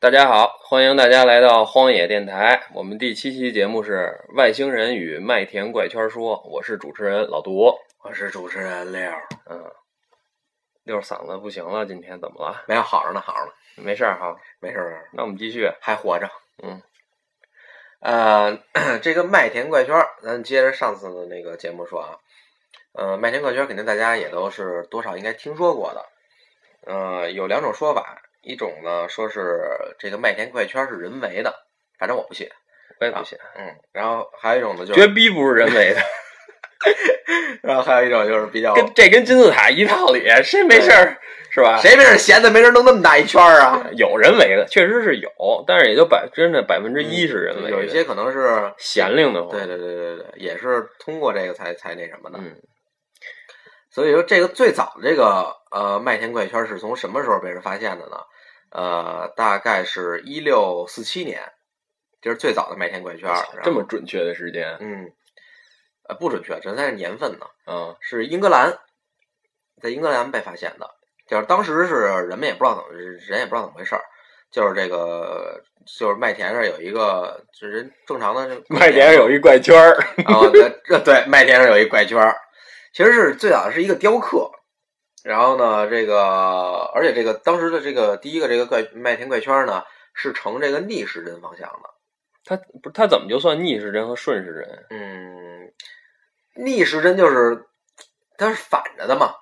大家好，欢迎大家来到荒野电台。我们第七期节目是《外星人与麦田怪圈说》，我是主持人老毒。我是主持人六，嗯，六嗓子不行了，今天怎么了？没有好着呢，好着呢，没事儿哈。没事儿，那我们继续。还活着。嗯，呃， 这个麦田怪圈儿，咱接着上次的那个节目说啊，呃，麦田怪圈儿肯定大家也都是多少应该听说过的。呃，有两种说法，一种呢说是这个麦田怪圈儿是人为的，反正我不信。我也不信，嗯，然后还有一种呢就是，绝逼不是人为 的，然后还有一种就是比较，跟这跟金字塔一道理，谁没事儿是吧？谁没事闲的没人弄那么大一圈儿啊？有人为的，确实是有，但是也就百真的百分之嗯一是人为的，有一些可能是闲灵的话，对对对对对，也是通过这个才才那什么的。嗯，所以说，这个最早的这个呃麦田怪圈是从什么时候被人发现的呢？呃，大概是一六四七年，这是最早的麦田怪圈。然后啊这么准确的时间，嗯，呃不准确，这才是年份呢，嗯是英格兰，在英格兰被发现的。就是当时是人们也不知道怎么，人也不知道怎么回事儿，就是这个就是麦田上有一个，就是人正常的麦田上有一怪圈儿，然后在这对麦田上有一怪圈儿，其实是最早是一个雕刻。然后呢，这个而且这个当时的这个第一个这个怪麦田怪圈儿呢，是呈这个逆时针方向的。他不是他怎么就算逆时针和顺时针？嗯，逆时针就是它是反着的嘛，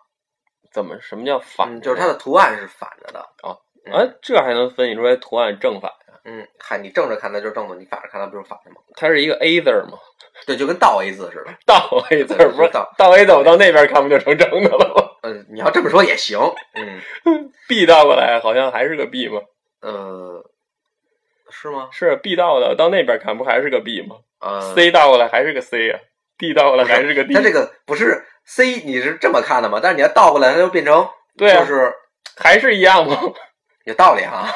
怎么什么叫反、嗯，就是它的图案是反着的。嗯啊，这还能分析出来图案正反？嗯，看你正着看它就是正的，你反着看它不就是反的吗？它是一个 A 字儿吗？对，就跟倒 A 字似的。倒 A 字儿不是对倒倒 A 走到那边看不就成正的了吗嗯、你要这么说也行。嗯， ？B 倒过来好像还是个 B 吗？呃，是吗？是 B 倒的到那边看不还是个 B 吗呃？C 倒过来还是个 C 呀、d 倒过来还是个 D，它这个不是 C，你是这么看的吗？但是你要倒过来，它就变成对啊，就是还是一样吗？有道 理哈，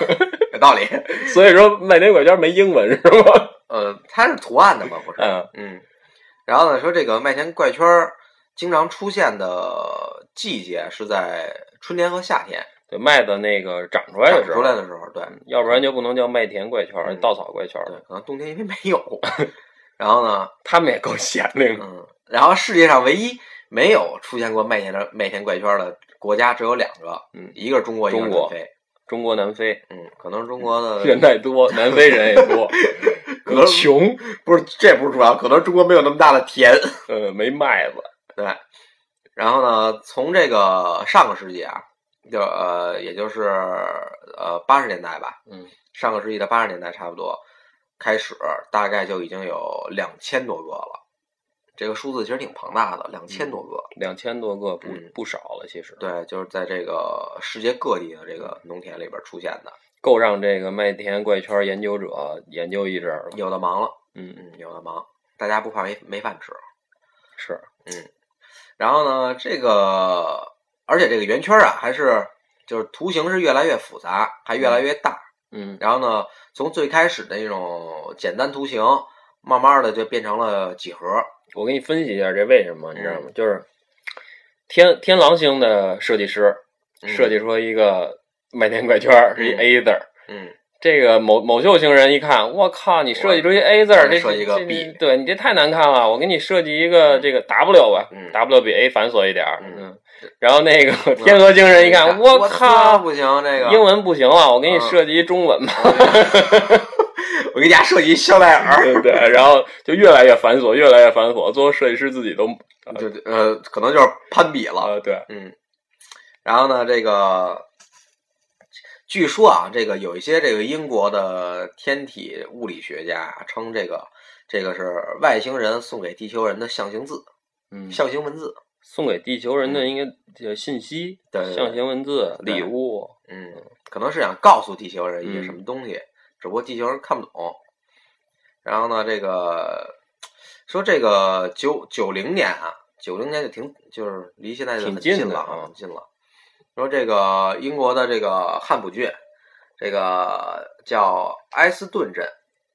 有道理。所以说麦田拐圈没英文是吗？ 呃，它是图案的嘛，不是？嗯嗯。然后呢，说这个麦田怪圈儿经常出现的季节是在春天和夏天，对，麦子那个长出来长的时出候，来的时候，对要不然就不能叫麦田怪圈、嗯稻草怪圈对了。，可能冬天因为没有。然后呢，他们也够闲灵的。嗯，然后世界上唯一没有出现过麦田的麦田怪圈的国家只有两个，嗯一个是中国，一个是中国南非。中国南非嗯，可能是中 国的人太多，南非人也 多，可是穷，不是，这不是主要，可能中国没有那么大的田。 呃，没麦子。对，然后呢，从这个上个世纪啊，就呃，也就是呃八十年代吧，嗯，上个世纪的八十年代差不多开始，大概就已经有两千多个了。这个数字其实挺庞大的，两千多个。两千多个不嗯不少了，其实对，就是在这个世界各地的这个农田里边出现的，够让这个麦田怪圈研究者研究一阵儿了。有的忙了，嗯，嗯，有的忙，大家不怕没没饭吃。是然后呢，这个而且这个圆圈啊，还是就是图形是越来越复杂，还越来越大。嗯，然后呢，从最开始的那种简单图形，慢慢的就变成了几何。我给你分析一下这为什么，你知道吗？就是天天狼星的设计师嗯设计出一个麦田怪圈儿是一嗯 A 字儿。嗯，这个某某秀星人一看，我靠，你设计出一 A 字我儿，这设计一个这 B 对你这太难看了，我给你设计一个这个 W 吧、嗯 w 比 A 繁琐一点儿，嗯嗯，然后那个 天鹅星人一看，我靠，不行，这个英文不行了，我给你嗯设计一中文吧， 我给大家设计一香奈儿，对不对？然后就越来越繁琐，越来越繁琐，最后设计师自己都就呃，可能就是攀比了。啊，对，嗯，然后呢，这个据说啊，这个有一些这个英国的天体物理学家啊称这个这个是外星人送给地球人的象形字、嗯，象形文字。送给地球人的应该这信息、嗯对对对象形文字、对礼物，嗯，可能是想告诉地球人一些嗯什么东西，只不过地球人看不懂。然后呢，这个说这个九九零年啊，九零年就挺就是离现在就挺很近的了啊很近了。说这个英国的这个汉普郡，这个叫埃斯顿镇，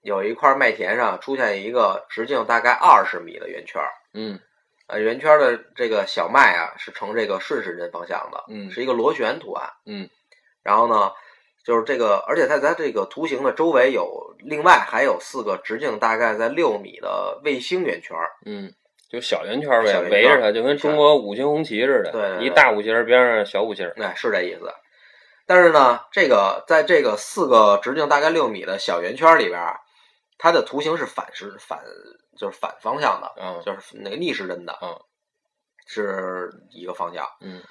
有一块麦田上出现一个直径大概二十米的圆圈儿，嗯呃，圆圈儿的这个小麦啊是呈这个顺时针方向的，嗯是一个螺旋图案。嗯然后呢，就是这个，而且在它这个图形的周围有另外还有四个直径大概在六米的卫星圆圈儿。嗯，就小圆圈儿呗小，圆圈儿围着它，就跟中国五星红旗似的，对对对一大五星儿边上小五星儿，哎，是这意思。但是呢，这个在这个四个直径大概六米的小圆圈里边儿，啊它的图形是反时反就是反方向的，啊，就是那个逆时针的，嗯，是一个方向。嗯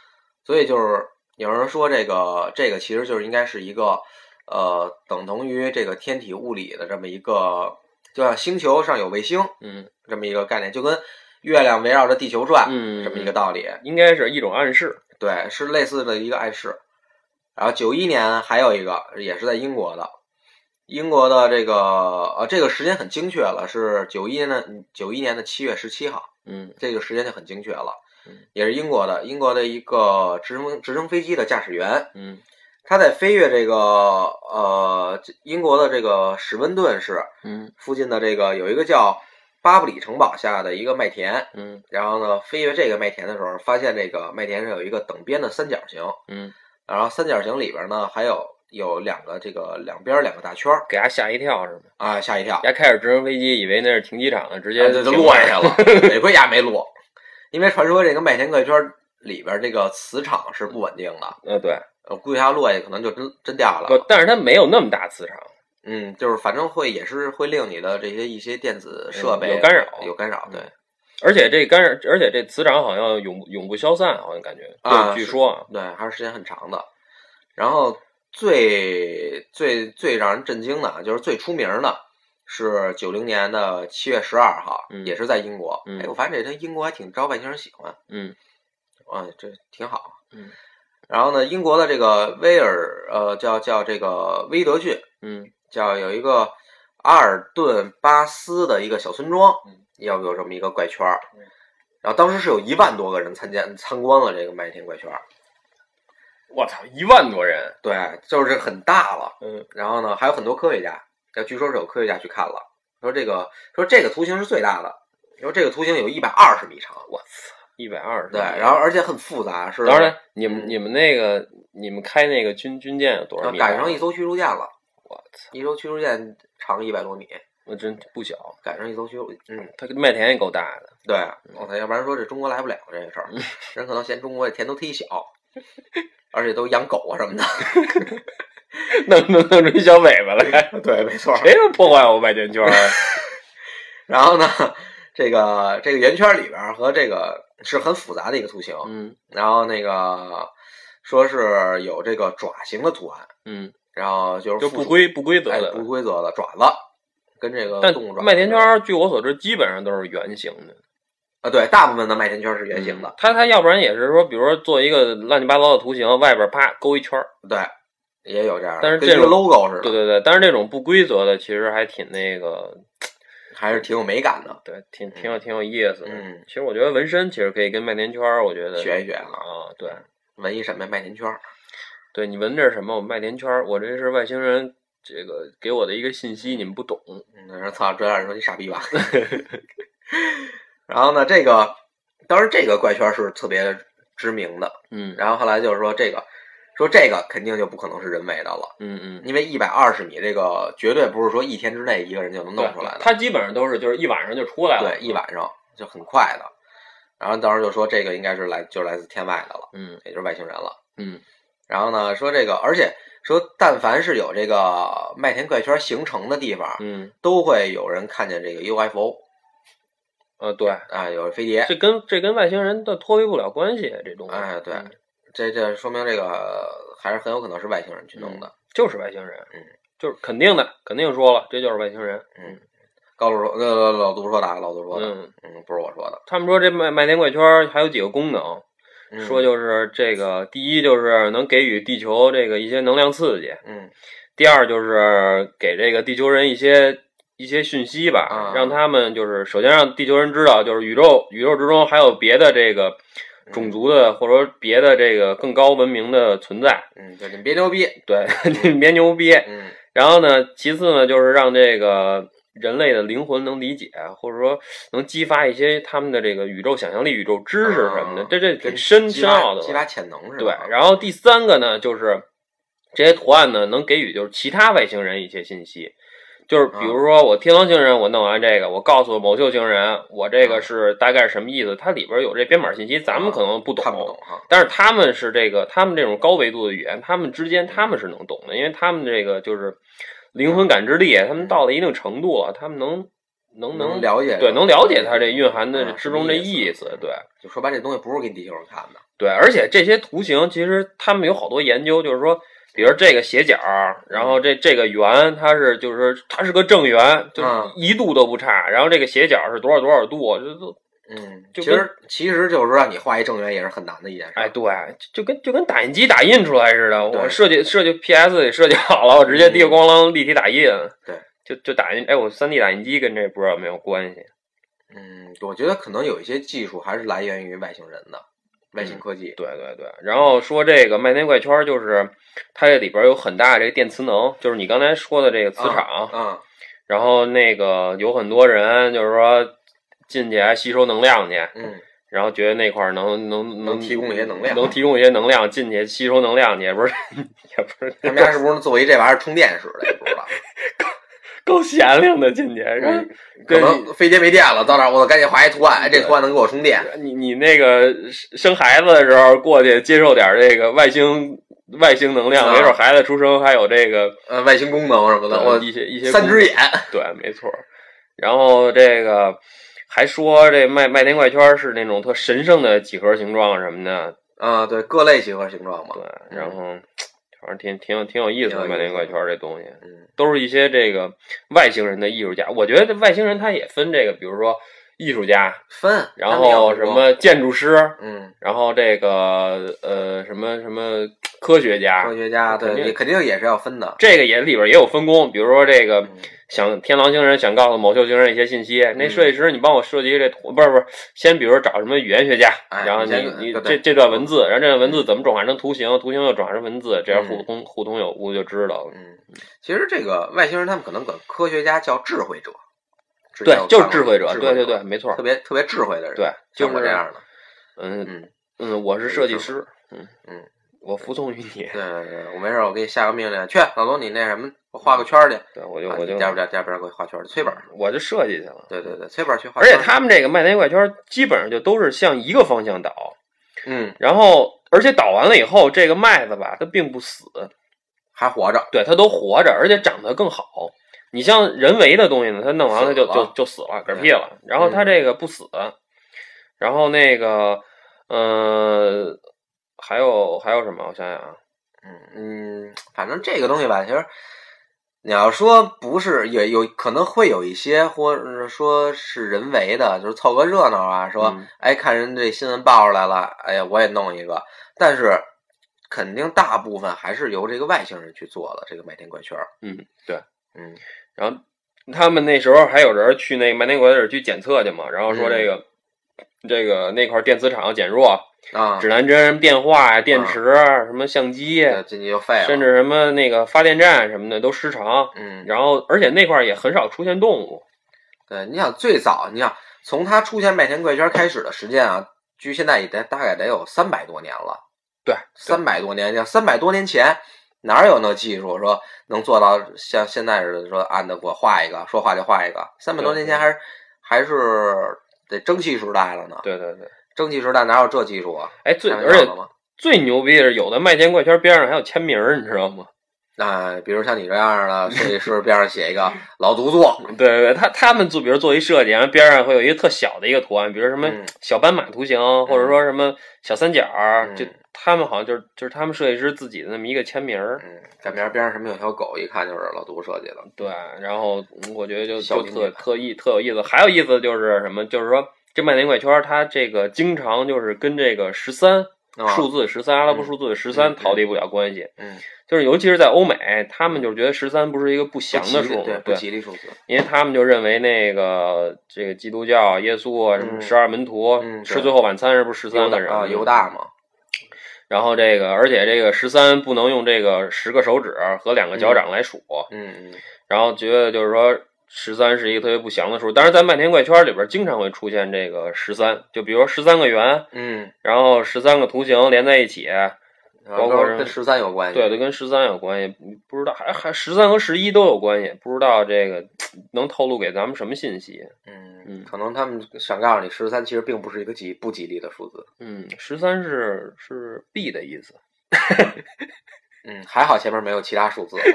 所以就是有人说这个这个其实就是应该是一个呃等同于这个天体物理的这么一个，就像星球上有卫星嗯这么一个概念，就跟月亮围绕着地球转、嗯，这么一个道理。应该是一种暗示，对，是类似的一个暗示。然后九一年还有一个也是在英国的，英国的这个呃这个时间很精确了，是九一年的九一年的七月十七号，嗯这个时间就很精确了嗯。也是英国的，英国的一个直升直升飞机的驾驶员，嗯他在飞越这个呃这英国的这个史温顿市嗯附近的这个有一个叫巴布里城堡下的一个麦田，嗯然后呢飞越这个麦田的时候，发现这个麦田上有一个等边的三角形，嗯，然后三角形里边呢还有有两个这个两边儿两个大圈儿给他吓一跳是吧？啊，吓一跳，人家开着直升飞机，以为那是停机场呢，直接啊这就停落下去了，得亏牙没落，因为传说这个麦田怪圈儿里边儿这个磁场是不稳定的，呃，对，我估计它落下去可能就真真掉下来不了，，但是它没有那么大磁场，嗯，就是反正会也是会令你的这些一些电子设备嗯有干扰嗯有干扰，对，而且这干扰，而且这磁场好像永永不消散，好像感觉，啊对据是说啊，对，还是时间很长的。然后最最最让人震惊的，啊就是最出名的，是九零年的七月十二号，嗯也是在英国。嗯哎，我发现这他英国还挺招外星人喜欢，嗯啊，这挺好。嗯。然后呢，英国的这个威尔，呃，叫叫这个威德郡，嗯叫有一个阿尔顿巴斯的一个小村庄嗯，要不有这么一个怪圈儿嗯。然后当时是有一万多个人参加参观了这个麦田怪圈儿，我操，一万多人，对，就是很大了。嗯然后呢，还有很多科学家，呃据说是有科学家去看了，说这个说这个图形是最大的，说这个图形有一百二十米长，一百二十，对，然后而且很复杂，是嗯当然，你们嗯你们那个你们开那个军军舰有多少呃米？啊赶上一，艘驱逐舰了，我操，一艘驱逐舰长一百多米，那真不小，赶上一艘驱逐，嗯，它跟麦田也够大的，对，啊我操，要不然说这中国来不了这个事儿，嗯人可能嫌中国这田都忒小，而且都养狗啊 什么的，弄弄弄出一小尾巴来，对，没错谁能破坏我麦田圈儿啊？ 然后呢，这个这个圆圈里边儿和这个是很复杂的一个图形，嗯然后那个说是有这个爪形的图案，嗯，然后就是就附不属规不规则哎的不了。规则的爪子，跟这个但动物爪麦田圈儿，据我所知，基本上都是圆形的，啊，对，大部分的麦田圈是圆形的，它它要不然也是说，比如说做一个乱七八糟的图形，外边啪勾一圈儿。对，也有这样的，嗯但是跟这一个种 logo 似的，对对对，但是这种不规则的其实还挺那个，还是挺有美感的，对，挺挺有挺有意思的。嗯其实我觉得纹身其实可以跟麦田圈儿，我觉得学一学啊，啊，对文艺审美麦田圈，对，你纹这是什么？我麦田圈儿，我这是外星人这个给我的一个信息，你们不懂。嗯，然后操，专家人说你傻逼吧， 然后呢，这个当时这个怪圈是特别知名的，嗯然后后来就是说这个。说这个肯定就不可能是人为的了，嗯嗯，因为一百二十米这个绝对不是说一天之内一个人就能弄对出来的，它基本上都是就是一晚上就出来了。对，一晚上就很快的。然后当时就说这个应该是来就是来自天外的了，嗯也就是外星人了。嗯然后呢，说这个，而且说但凡是有这个麦田怪圈形成的地方，嗯都会有人看见这个 UFO 呃，对，啊，有飞碟，这跟这跟外星人的脱离不了关系，这东西。哎对嗯这这说明这个还是很有可能是外星人嗯去弄的。就是外星人，嗯，就是肯定的，肯定说了，这就是外星人。高老说，呃，老杜说的，啊，老杜说的，嗯，嗯，不是我说的。他们说这麦麦田怪圈儿还有几个功能，嗯说，就是这个第一就是能给予地球这个一些能量刺激，嗯第二就是给这个地球人一些一些讯息吧，啊让他们就是首先让地球人知道，就是宇宙宇宙之中还有别的这个嗯种族的或者说别的这个更高文明的存在，嗯，对，你别牛逼， 对，你别牛逼，嗯然后呢，其次呢，就是让这个人类的灵魂能理解，或者说能激发一些他们的这个宇宙想象力、宇宙知识什么的，啊这这挺深激深发奥的激了。发潜能是吧？对，然后第三个呢，就是这些图案呢，能给予就是其他外星人一些信息，就是比如啊说我天王星人，我弄完这个，我告诉某宿星人，我这啊个是大概是什么意思，它里边有这编码信息，咱们可能不懂，啊看不懂哈。但是他们是这个，他们这种高维度的语言，他们之间他们是能懂的，因为他们这个就是灵魂感知力，他们到了一定程度了，他们能能嗯能了解对能了解它这蕴含的啊之中的什么意思，对就说白，这东西不是给地球人看的，对，而且这些图形其实他们有好多研究，就是说。比如这个斜角，然后这这个圆，它是就是它是个正圆，就是啊一度都不差。然后这个斜角是多少多少度，就都嗯，就其跟实其实就是让你画一正圆也是很难的一件事。哎，对，就就跟就跟打印机打印出来似的，对嗯我设计设计 PS 也设计好了，我直接滴个咣啷立体打印，对， 就就打印，哎，我3 D 打印机跟这不知道有没有关系，嗯，我觉得可能有一些技术还是来源于外星人的，外嗯星科技。对对对。然后说这个麦田怪圈，就是它这里边有很大这个电磁能，就是你刚才说的这个磁场，啊，然后那个有很多人就是说进去还吸收能量去，嗯然后觉得那块儿能能能提供一些能量能提供一些能量进去吸收能量去，也不是 也不是他们家是不是做一这玩意儿充电似的，也不 知道。够闲灵的进去，然后嗯可能飞碟没电了，到那儿我赶紧画一图案，哎，这图案能给我充电。你你那个生生孩子的时候过去接受点这个外星外星能量，啊没准孩子出生还有这个呃，外星功能什么的，呃我一些一些三只眼。对，没错。然后这个还说这麦麦田怪圈是那种特神圣的几何形状什么的，啊，对，各类几何形状嘛对。，然后反正挺挺有挺有意思的嗯挺有意思麦田怪圈这东西。嗯都是一些这个外星人的艺术家，我觉得这外星人他也分这个，比如说艺术家，分，然后什他们有很多，么建筑师，嗯，然后这个呃什么什么科学家科，学家，肯对，定你肯定也是要分的。这个也里边也有分工。比如说这个嗯想天狼星人想告诉某秀星人一些信息，那设计师你帮我设计这图，不是不是，先比如找什么语言学家，哎然后你你先你对嗯这对这段文字，然后这段文字怎么转化成图形，图形又转化成文字，这样互通互通有无就知道了。嗯，其实这个外星人他们可能管科学家叫智慧者，之前对我，就是看过智慧者，对对，智对，没错特，别特别智慧的人，对，就像是我这样的，嗯嗯，嗯，我是设计师，嗯嗯，我服从于 你，对对对，我没事，我给你下个命令，去老罗，你那什么，我画个圈儿去，对我就啊我就你加不加加不加给我画圈儿去，崔本儿，我就设计去了。对对对，崔本儿去画而圈且儿，他们这个麦田怪圈基本上就都是向一个方向倒，嗯然后而且倒完了以后，这个麦子吧，它并不死，还活着，对，它都活着，而且长得更好。你像人为的东西呢，它弄完了它就死就了嗯就死了，嗝屁了。然后它这个不死，然后那个，呃，还有还有什么？我想想啊，嗯嗯，反正这个东西吧，其实。你要说不是，也有可能会有一些，或者说是人为的，就是凑个热闹啊，说、嗯哎，看人这新闻爆出来了，哎呀，我也弄一个。但是肯定大部分还是由这个外星人去做的这个麦田怪圈儿。嗯，对，嗯然后他们那时候还有人去那个麦田鬼子去检测去嘛，然后说嗯这个、这个那块电磁场减弱，啊，指南针、电话呀、电池、啊什么相机，这进去就废了。甚至什么那个发电站什么的都失常。嗯，然后，而且那块儿也很少出现动物。对，你想最早，你想从它出现麦田怪圈开始的时间啊，距现在也得大概得有三百多年了。对，对三百多年，像三百多年前。哪有那技术说能做到像现在似的说按的给我画一个，说画就画一个？三百多年前还是还是得蒸汽时代了呢。对对对，蒸汽时代哪有这技术啊？哎，最开玩而笑且的吗？最牛逼的是，有的麦田怪圈边上还有签名儿，你知道吗？那比如像你这样的设计师，边上写一个“老 独坐对对对，他他们做，比如做一设计，然后边上会有一个特小的一个图案，比如什么嗯小斑马图形，或者说什么小三角儿，嗯就他们好像就是就是他们设计师自己的那么一个签名儿”，。嗯，在边边上什么有条狗，一看就是老独设计的。对，然后嗯我觉得就小就品特品牌特意特有意思，还有意思的就是什么？就是说这麦田怪圈儿它这个经常就是跟这个十三啊数字十三阿拉伯嗯数字十嗯三嗯逃离不了关系，嗯，就是尤其是在欧美，他们就是觉得十三不是一个不祥的不数吉利目对，，不对，吉利数字。因为他们就认为那个这个基督教、耶稣啊什么嗯十二门徒嗯吃对最后晚餐是不是十犹三大个人嗯啊，犹大嘛，然后这个，而且这个十三不能用这个十个手指和两个脚掌来数，嗯嗯然后觉得就是说十三是一个特别不祥的数。当然，在麦田怪圈里边经常会出现这个十三，就比如说十三个圆，嗯然后十三个图形连在一起，包括跟十三有关系。对对，跟十三有关系，不知道还还十三和十一都有关系，不知道这个能透露给咱们什么信息？嗯嗯，可能他们想告诉你，十三其实并不是一个吉不吉利的数字。嗯，十三是是 B 的意思，嗯，还好前面没有其他数字。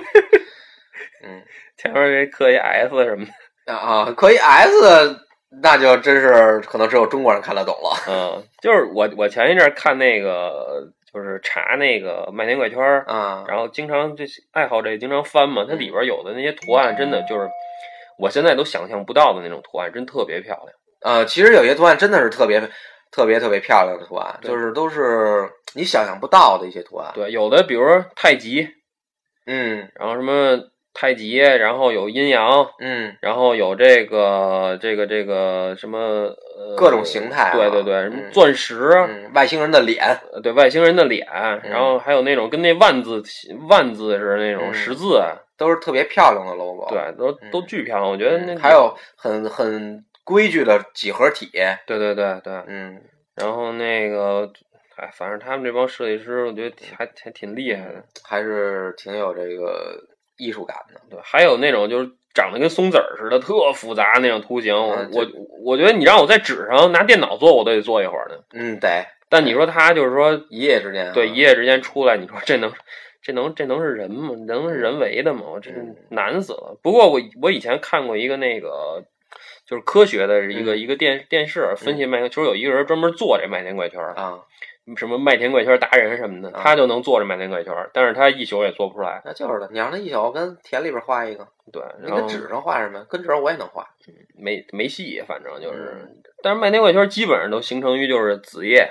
嗯前面这刻一 S 什么的，啊啊，可以 S，那就真是可能只有中国人看得懂了。嗯，就是我我前一阵儿看那个就是查那个麦田怪圈儿，啊，然后经常这些爱好这经常翻嘛，它里边有的那些图案真的就是我现在都想象不到的那种图案，真特别漂亮。呃，其实有些图案真的是特别、特别、特别漂亮的图案，对就是都是你想象不到的一些图案。对，有的比如说太极，嗯然后什么太极，然后有阴阳，嗯，然后有这个这个这个什么、呃、各种形态啊对对对，什么嗯钻石，嗯，外星人的脸，呃对外星人的脸，然后还有那种跟那万字万字似的那种嗯十字，都是特别漂亮的 logo。对，都都嗯巨漂亮。我觉得那嗯，还有很很规矩的几何体。对对对对，嗯，然后那个，哎，反正他们这帮设计师，我觉得挺还还挺厉害的。还是挺有这个艺术感的。对，还有那种就是长得跟松子儿似的，特复杂那种图形，我、嗯我我觉得你让我在纸上拿电脑做，我都得做一会儿呢。嗯，得但你说他就是说，一夜之间啊。对，一夜之间出来，你说这能？这能这能是人吗？能是人为的吗？我真嗯是难死了。不过我我以前看过一个那个，就是科学的一个、嗯一个电电视分析麦田，就是有一个人专门做这麦田怪圈儿，啊，什么麦田怪圈达人什么的，啊他就能做这麦田怪圈，但是他一宿也做不出来。那就是的。你让他一小跟田里边画一个，对，你然后跟哎纸上画什么？跟纸上我也能画。没没戏，反正就是。嗯但是麦田怪圈基本上都形成于就是子夜，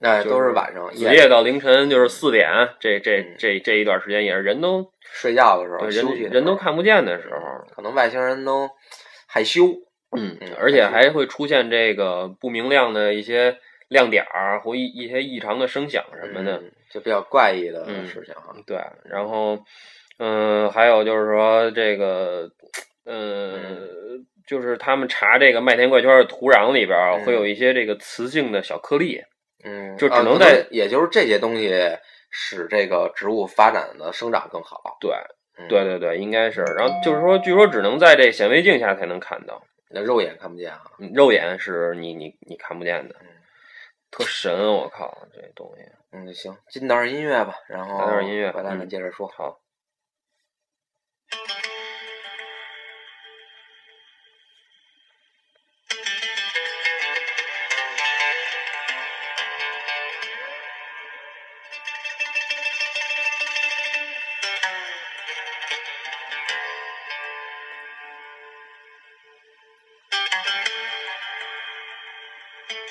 哎，就都是是晚上，子夜夜到凌晨就是四点，这这嗯这这一段时间也是人都睡觉的时候，对休息人的人时都候看不见的时候。可能外星人都害羞。嗯嗯，而且还会出现这个不明亮的一些亮点儿或一一些异常的声响什么的。嗯就比较怪异的嗯事情啊。对，然后，嗯、还有就是说这个，呃，就是他们查这个麦田怪圈的土壤里边儿嗯会有一些这个磁性的小颗粒，嗯，就只啊能可在也就是这些东西使这个植物发展的生长更好。对，嗯对，对对，应该是。然后就是说，据说只能在这显微镜下才能看到，那肉眼看不见啊。嗯肉眼是你你你看不见的嗯，特神，我靠，这东西。嗯，行，进段音乐吧，然后来段音乐回来咱嗯接着说。好， Thank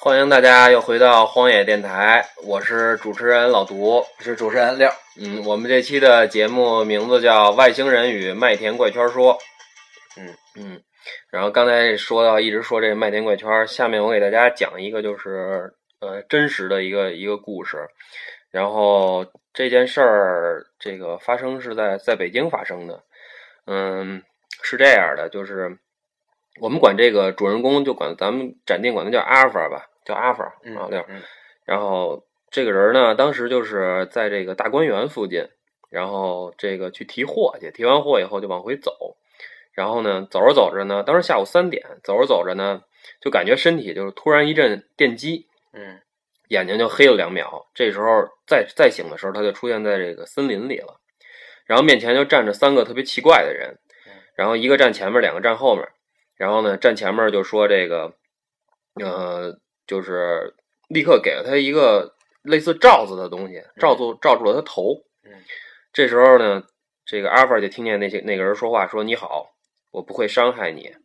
欢迎大家又回到荒野电台，我是主持人老毒。是主持人六。嗯，我们这期的节目名字叫《外星人与麦田怪圈说》。嗯嗯，然后刚才说到一直说这麦田怪圈，下面我给大家讲一个就是呃真实的一个一个故事。然后这件事儿这个发生是在在北京发生的。嗯，是这样的，就是我们管这个主人公就管咱们暂定管他叫阿尔法吧，叫阿尔法嗯啊六。嗯然后这个人呢，当时就是在这个大观园附近，然后这个去提货去，提完货以后就往回走，然后呢，走着走着呢，当时下午三点，走着走着呢，就感觉身体就是突然一阵电击，嗯眼睛就黑了两秒。这时候再再醒的时候，他就出现在这个森林里了，然后面前就站着三个特别奇怪的人嗯，然后一个站前面，两个站后面，然后呢站前面就说这个，呃，就是立刻给了他一个类似罩子的东西，罩住罩住了他头。嗯，这时候呢，这个阿尔法就听见那些那个人说话，说你好，我不会伤害你。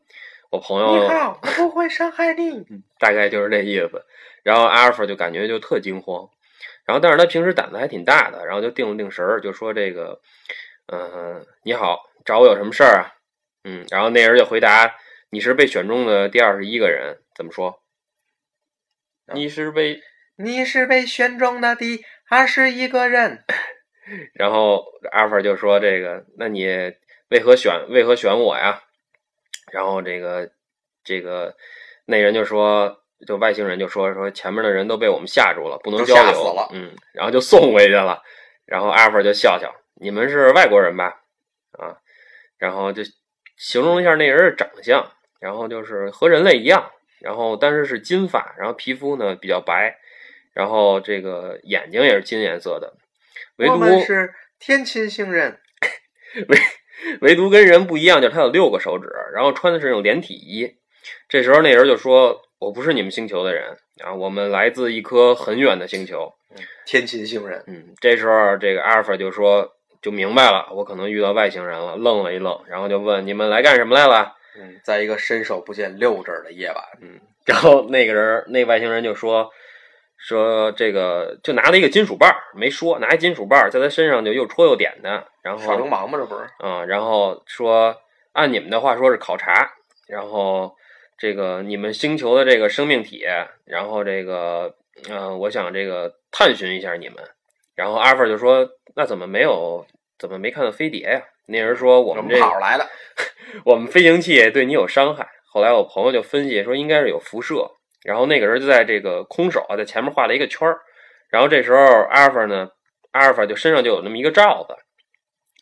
我朋友你好，我不会伤害你。大概就是这意思。然后阿尔法就感觉就特惊慌，然后但是他平时胆子还挺大的，然后就定了定神儿，就说这个，嗯、你好，找我有什么事儿啊？嗯，然后那人就回答，你是被选中的第二十一个人，怎么说？啊你是被，你是被选中的第二十一个人。然后阿尔法就说这个，那你为何选为何选我呀？然后这个这个那人就说，就外星人就说说前面的人都被我们吓住了，不能都交吓流死了嗯，然后就送回去了。然后阿尔法就笑笑，你们是外国人吧？啊，然后就形容一下那人的长相，然后就是和人类一样，然后但是是金发，然后皮肤呢比较白，然后这个眼睛也是金颜色的，唯我独们是天琴星人。唯独跟人不一样，就是他有六个手指，然后穿的是那种连体衣。这时候那人就说：“我不是你们星球的人啊，我们来自一颗很远的星球。天琴星人”。嗯，这时候这个阿尔法就说就明白了，我可能遇到外星人了，愣了一愣，然后就问：“你们来干什么来了嗯，在一个伸手不见六指儿的夜晚，？”然后那个人那外星人就说。说这个就拿了一个金属棒儿，没说拿一金属棒儿在他身上就又戳又点的，然后耍流氓吗？这不是？啊，然后说按你们的话说是考察，然后这个你们星球的这个生命体，然后这个呃，我想这个探寻一下你们。然后阿尔法就说：“那怎么没有？怎么没看到飞碟呀、那人说：“我们这跑来的。我们飞行器对你有伤害。”后来我朋友就分析说，应该是有辐射。然后那个人就在这个空手啊，在前面画了一个圈儿。然后这时候阿尔法呢，阿尔法就身上就有那么一个罩子，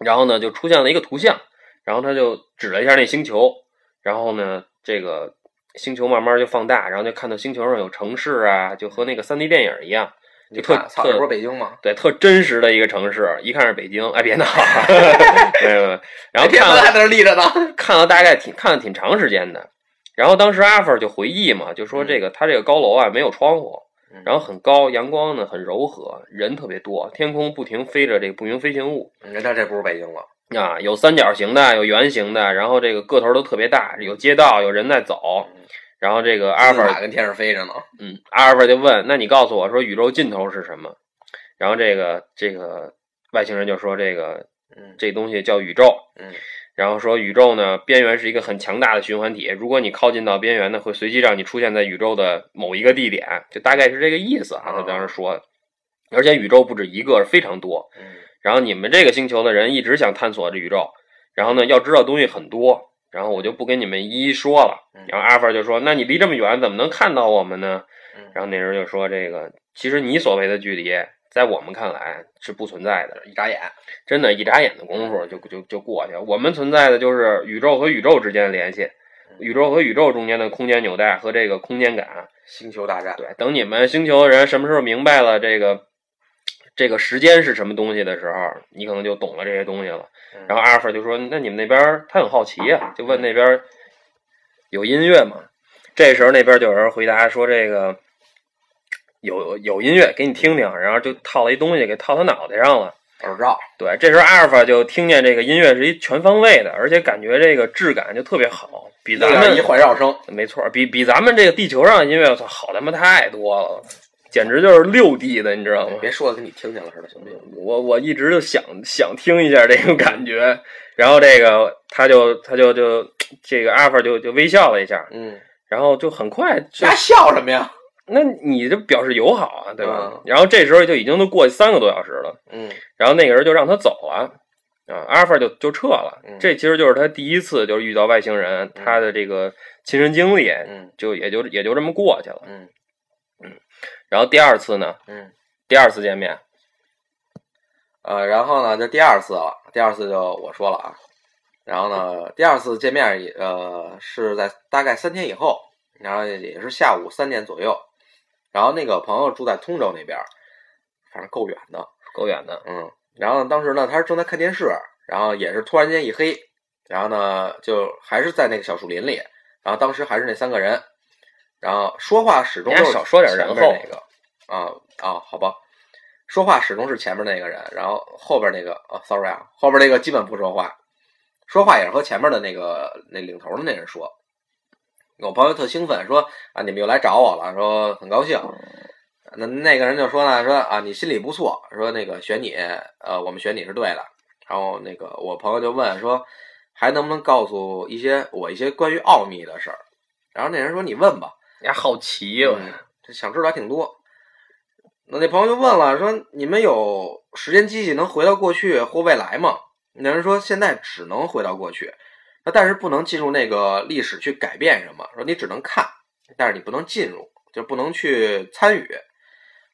然后呢就出现了一个图像，然后他就指了一下那星球，然后呢这个星球慢慢就放大，然后就看到星球上有城市啊，就和那个三 D 电影一样，你就特看，操，特这不是北京吗？对，特真实的一个城市，一看是北京，哎，别闹， 没有没有，然后天看门了还在那儿立着呢。 看了大概挺看了挺长时间的。然后当时阿尔就回忆嘛，就说这个他这个高楼啊没有窗户，然后很高，阳光呢很柔和，人特别多，天空不停飞着这个不明飞行物你看，这不是北京了。啊，有三角形的，有圆形的，然后这个个头都特别大，有街道，有人在走。然后这个阿尔金字法塔跟天上飞着呢。嗯，阿尔法就问：“那你告诉我说宇宙尽头是什么？”然后这个这个外星人就说：“这个嗯这东西叫宇宙。嗯”然后说宇宙呢，边缘是一个很强大的循环体，如果你靠近到边缘呢，会随机让你出现在宇宙的某一个地点，就大概是这个意思啊。他当时说的，而且宇宙不止一个，非常多。嗯然后你们这个星球的人一直想探索这宇宙，然后呢，要知道东西很多，然后我就不跟你们一一说了嗯。然后阿尔法就说：“那你离这么远，怎么能看到我们呢？”嗯，然后那人就说：“这个其实你所谓的距离，在我们看来是不存在的，一眨眼，真的，一眨眼的功夫就就就过去了。我们存在的就是宇宙和宇宙之间的联系，宇宙和宇宙中间的空间纽带和这个空间感。星球大战。对，等你们星球的人什么时候明白了这个这个时间是什么东西的时候，你可能就懂了这些东西了。”嗯然后阿尔法就说：“那你们那边儿他很好奇呀、就问那边儿有音乐吗？”这时候那边就有人回答说：“这个有有音乐，给你听听。”然后就套了一东西给套他脑袋上了。耳罩，对，这时候阿尔法就听见这个音乐是一全方位的，而且感觉这个质感就特别好，比咱那样一们环绕声，没错，比比咱们这个地球上的音乐我操好他妈太多了，简直就是六 D 的，你知道吗？别说的跟你听见了似的，行不行？我我一直就想想听一下这种感觉，然后这个他就他就就这个阿尔法就就微笑了一下，嗯，然后就很快就瞎笑什么呀？那你就表示友好啊，对吧？嗯然后这时候就已经都过去三个多小时了，嗯然后那个人就让他走了，啊，阿尔法就就撤了嗯。这其实就是他第一次就是遇到外星人，他的这个亲身经历嗯就也就也就这么过去了。嗯然后第二次呢，嗯，第二次见面，呃，然后呢，就第二次了，第二次就我说了啊，然后呢，第二次见面也呃是在大概三天以后，然后也是下午三点左右，然后那个朋友住在通州那边儿，反正够远的，够远的，嗯，然后当时呢，他是正在看电视，然后也是突然间一黑，然后呢，就还是在那个小树林里，然后当时还是那三个人，然后说话始终你还都是少说点前然面后那个，啊啊，好吧，说话始终是前面那个人，然后后边那个啊，sorry 啊，后边那个基本不说话，说话也是和前面的那个那领头的那人说。我朋友特兴奋，说啊，你们又来找我了，说很高兴。那那个人就说呢，说啊，你心里不错，说那个选你，呃，我们选你是对的。然后那个我朋友就问说，还能不能告诉一些我一些关于奥秘的事儿？然后那人说你问吧，你还好奇，我嗯这想知道还挺多。那那朋友就问了，说你们有时间机器能回到过去或未来吗？那人说现在只能回到过去，那但是不能进入那个历史去改变什么，说你只能看，但是你不能进入，就不能去参与。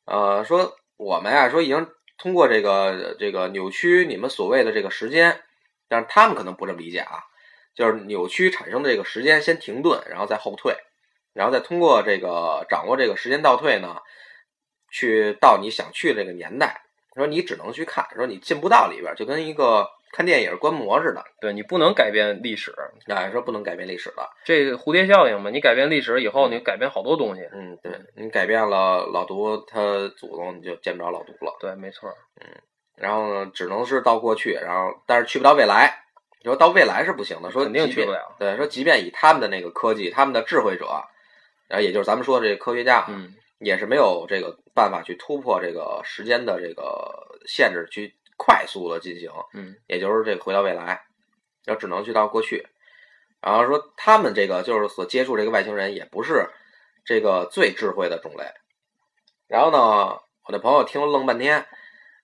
呃，说我们啊，说已经通过这个这个扭曲你们所谓的这个时间，但是他们可能不这么理解啊，就是扭曲产生的这个时间先停顿，然后再后退，然后再通过这个掌握这个时间倒退呢，去到你想去的这个年代。说你只能去看，说你进不到里边儿，就跟一个看电影观摩似的。对你不能改变历史，哎，说不能改变历史了。这个蝴蝶效应嘛，你改变历史以后，你改变好多东西。嗯，对你改变了老毒他祖宗，你就见不着老毒了。对，没错，啊然后呢，只能是到过去，然后但是去不到未来。你说到未来是不行的，说肯定即去不便了。对，说即便以他们的那个科技，他们的智慧者，然后也就是咱们说的这个科学家，啊嗯，也是没有这个办法去突破这个时间的这个限制，去快速的进行。嗯，也就是这个回到未来，然后只能去到过去。然后说他们这个就是所接触这个外星人，也不是这个最智慧的种类。然后呢，我的朋友听了愣半天，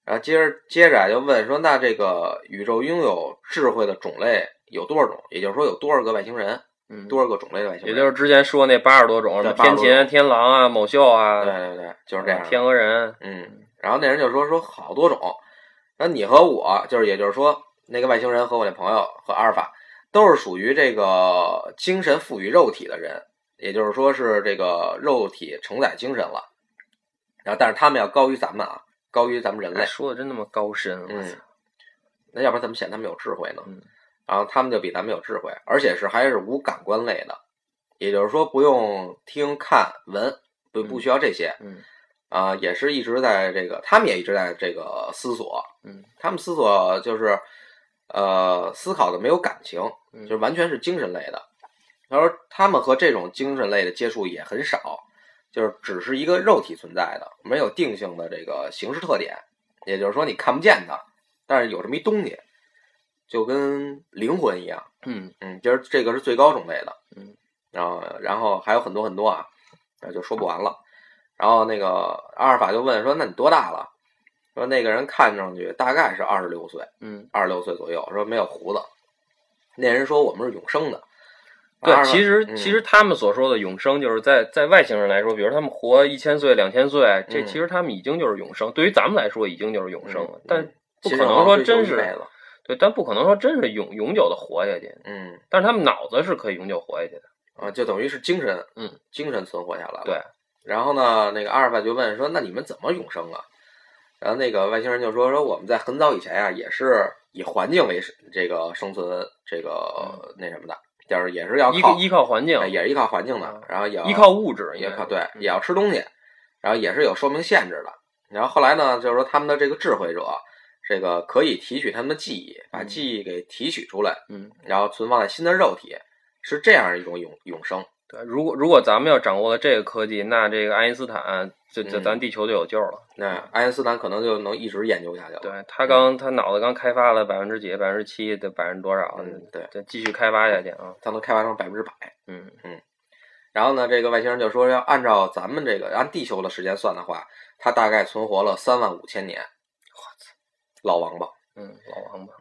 然后接着接着啊就问说：“那这个宇宙拥有智慧的种类有多少种？也就是说有多少个外星人，嗯，多少个种类的外星也人？”就是之前说那八十多种，什么对天80多琴、种天狼啊、某秀啊，对对对，就是这样的。天鹅人，啊嗯，然后那人就说说好多种，那你和我就是也就是说那个外星人和我那朋友和阿尔法都是属于这个精神赋予肉体的人，也就是说是这个肉体承载精神了，然后但是他们要高于咱们啊，高于咱们人类哎，说的真他妈高深，我嗯操，那要不然怎么显他们有智慧呢？嗯然后他们就比咱们有智慧，而且是还是无感官类的，也就是说不用听、看、闻，不不需要这些。嗯啊、也是一直在这个，他们也一直在这个思索，嗯，他们思索就是，呃，思考的没有感情，嗯就是完全是精神类的。他说他们和这种精神类的接触也很少，就是只是一个肉体存在的，没有定性的这个形式特点，也就是说你看不见它，但是有这么一东西，就跟灵魂一样。嗯，嗯，就是这个是最高种类的，嗯，然后然后还有很多很多啊，呃就说不完了。然后那个阿尔法就问说：“那你多大了？”说那个人看上去大概是二十六岁，嗯，二十六岁左右，说没有胡子。那人说：“我们是永生的。阿对，尔法”其实嗯其实他们所说的永生，就是在在外星人来说，比如他们活一千岁、两千岁，这嗯其实他们已经就是永生，对于咱们来说已经就是永生了嗯，但嗯不其可实能往说追求真一辈是子对，但不可能说真是永永久的活下去，嗯但是他们脑子是可以永久活下去的，啊，就等于是精神，嗯，精神存活下来了。对，然后呢，那个阿尔法就问说：“那你们怎么永生啊？”然后那个外星人就说：“说我们在很早以前呀、啊也是以环境为是这个生存这个那什么的，就是也是要嗯依靠靠依靠环境哎，也是依靠环境的嗯，然后也要依靠物质，嗯也应该靠是对，也要吃东西，然后也是有寿命限制的。然后后来呢，就是说他们的这个智慧者这个可以提取他们的记忆，把嗯记忆给提取出来，嗯，然后存放在新的肉体，是这样一种永永生。对，如果如果咱们要掌握了这个科技，那这个爱因斯坦，这这嗯咱地球就有救了。那爱因斯坦可能就能一直研究下去了。对他刚他脑子刚开发了百分之几、百分之七的百分之多少，嗯，对，再继续开发下去啊。他能开发成百分之百。嗯，然后呢，这个外星人就说要按照咱们这个按地球的时间算的话，他大概存活了三万五千年。我操，老王八。嗯，老王八，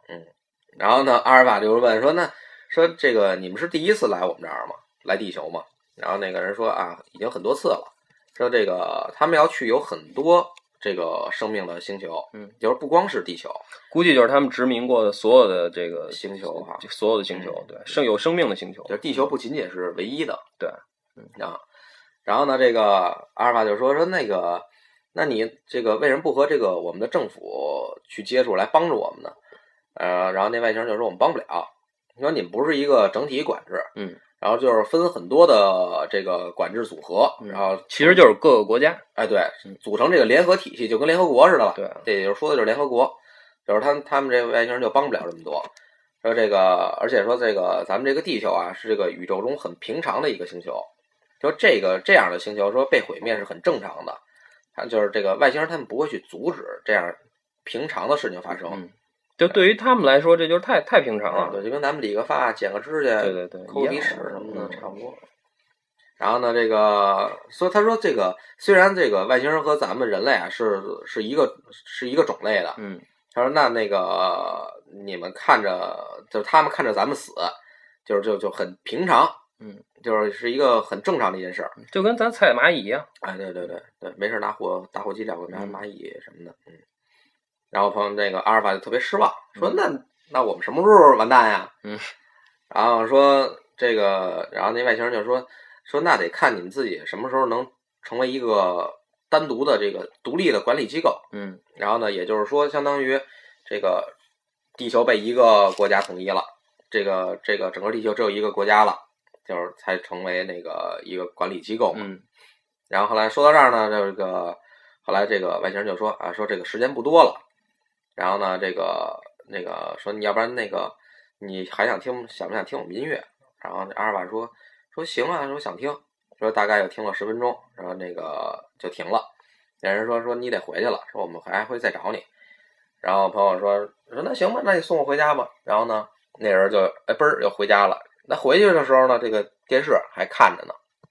然后呢，阿尔法就是问说：“那说这个你们是第一次来我们这儿吗？来地球吗？”然后那个人说：“啊，已经很多次了。说这个他们要去有很多这个生命的星球，嗯，就是不光是地球，估计就是他们殖民过的所有的这个星球啊就所有的星球，对，生有生命的星球就，是地球不仅仅是唯一的，对，啊。然后呢，这个阿尔法就说说那个，那你这个为什么不和这个我们的政府去接触来帮助我们呢？呃，然后那外星人就说我们帮不了，说你们不是一个整体管制，嗯，然后就是分很多的这个管制组合，嗯然后其实就是各个国家，哎对嗯，组成这个联合体系就跟联合国似的了，对，啊这也就是说的就是联合国，就是他们他们这外星人就帮不了这么多。说这个，而且说这个咱们这个地球啊，是这个宇宙中很平常的一个星球。说这个这样的星球说被毁灭是很正常的，他就是这个外星人他们不会去阻止这样平常的事情发生。嗯就对于他们来说，这就是太太平常啊，了。对，就跟咱们理个发、剪个指甲、对对对，抠一样个鼻屎的什么的，嗯差不多。然后呢，这个，所以他说这个，虽然这个外星人和咱们人类啊是是一个是一个种类的，嗯，他说那那个你们看着就是他们看着咱们死，就是就就很平常，嗯，就是是一个很正常的一件事儿。就跟咱踩蚂蚁一样。哎，对对对对，没事儿拿火打火机燎个拿蚂蚁什么的，嗯。然后朋友那个阿尔法就特别失望，说嗯那那我们什么时候完蛋呀？嗯。 然后说这个，然后那外星人就说说那得看你们自己什么时候能成为一个单独的这个独立的管理机构。嗯然后呢，也就是说，相当于这个地球被一个国家统一了，这个这个整个地球只有一个国家了，就是才成为那个一个管理机构嘛。嗯然后后来说到这儿呢，这个后来这个外星人就说啊，说这个时间不多了，然后呢，这个那个说你要不然那个你还想听想不想听我们音乐？然后这阿尔法说说行啊，说想听，说大概又听了十分钟，然后那个就停了。那人说说你得回去了，说我们还会再找你。然后朋友说说那行吧，那你送我回家吧。然后呢，那人就哎嘣儿就回家了。那回去的时候呢，这个电视还看着呢。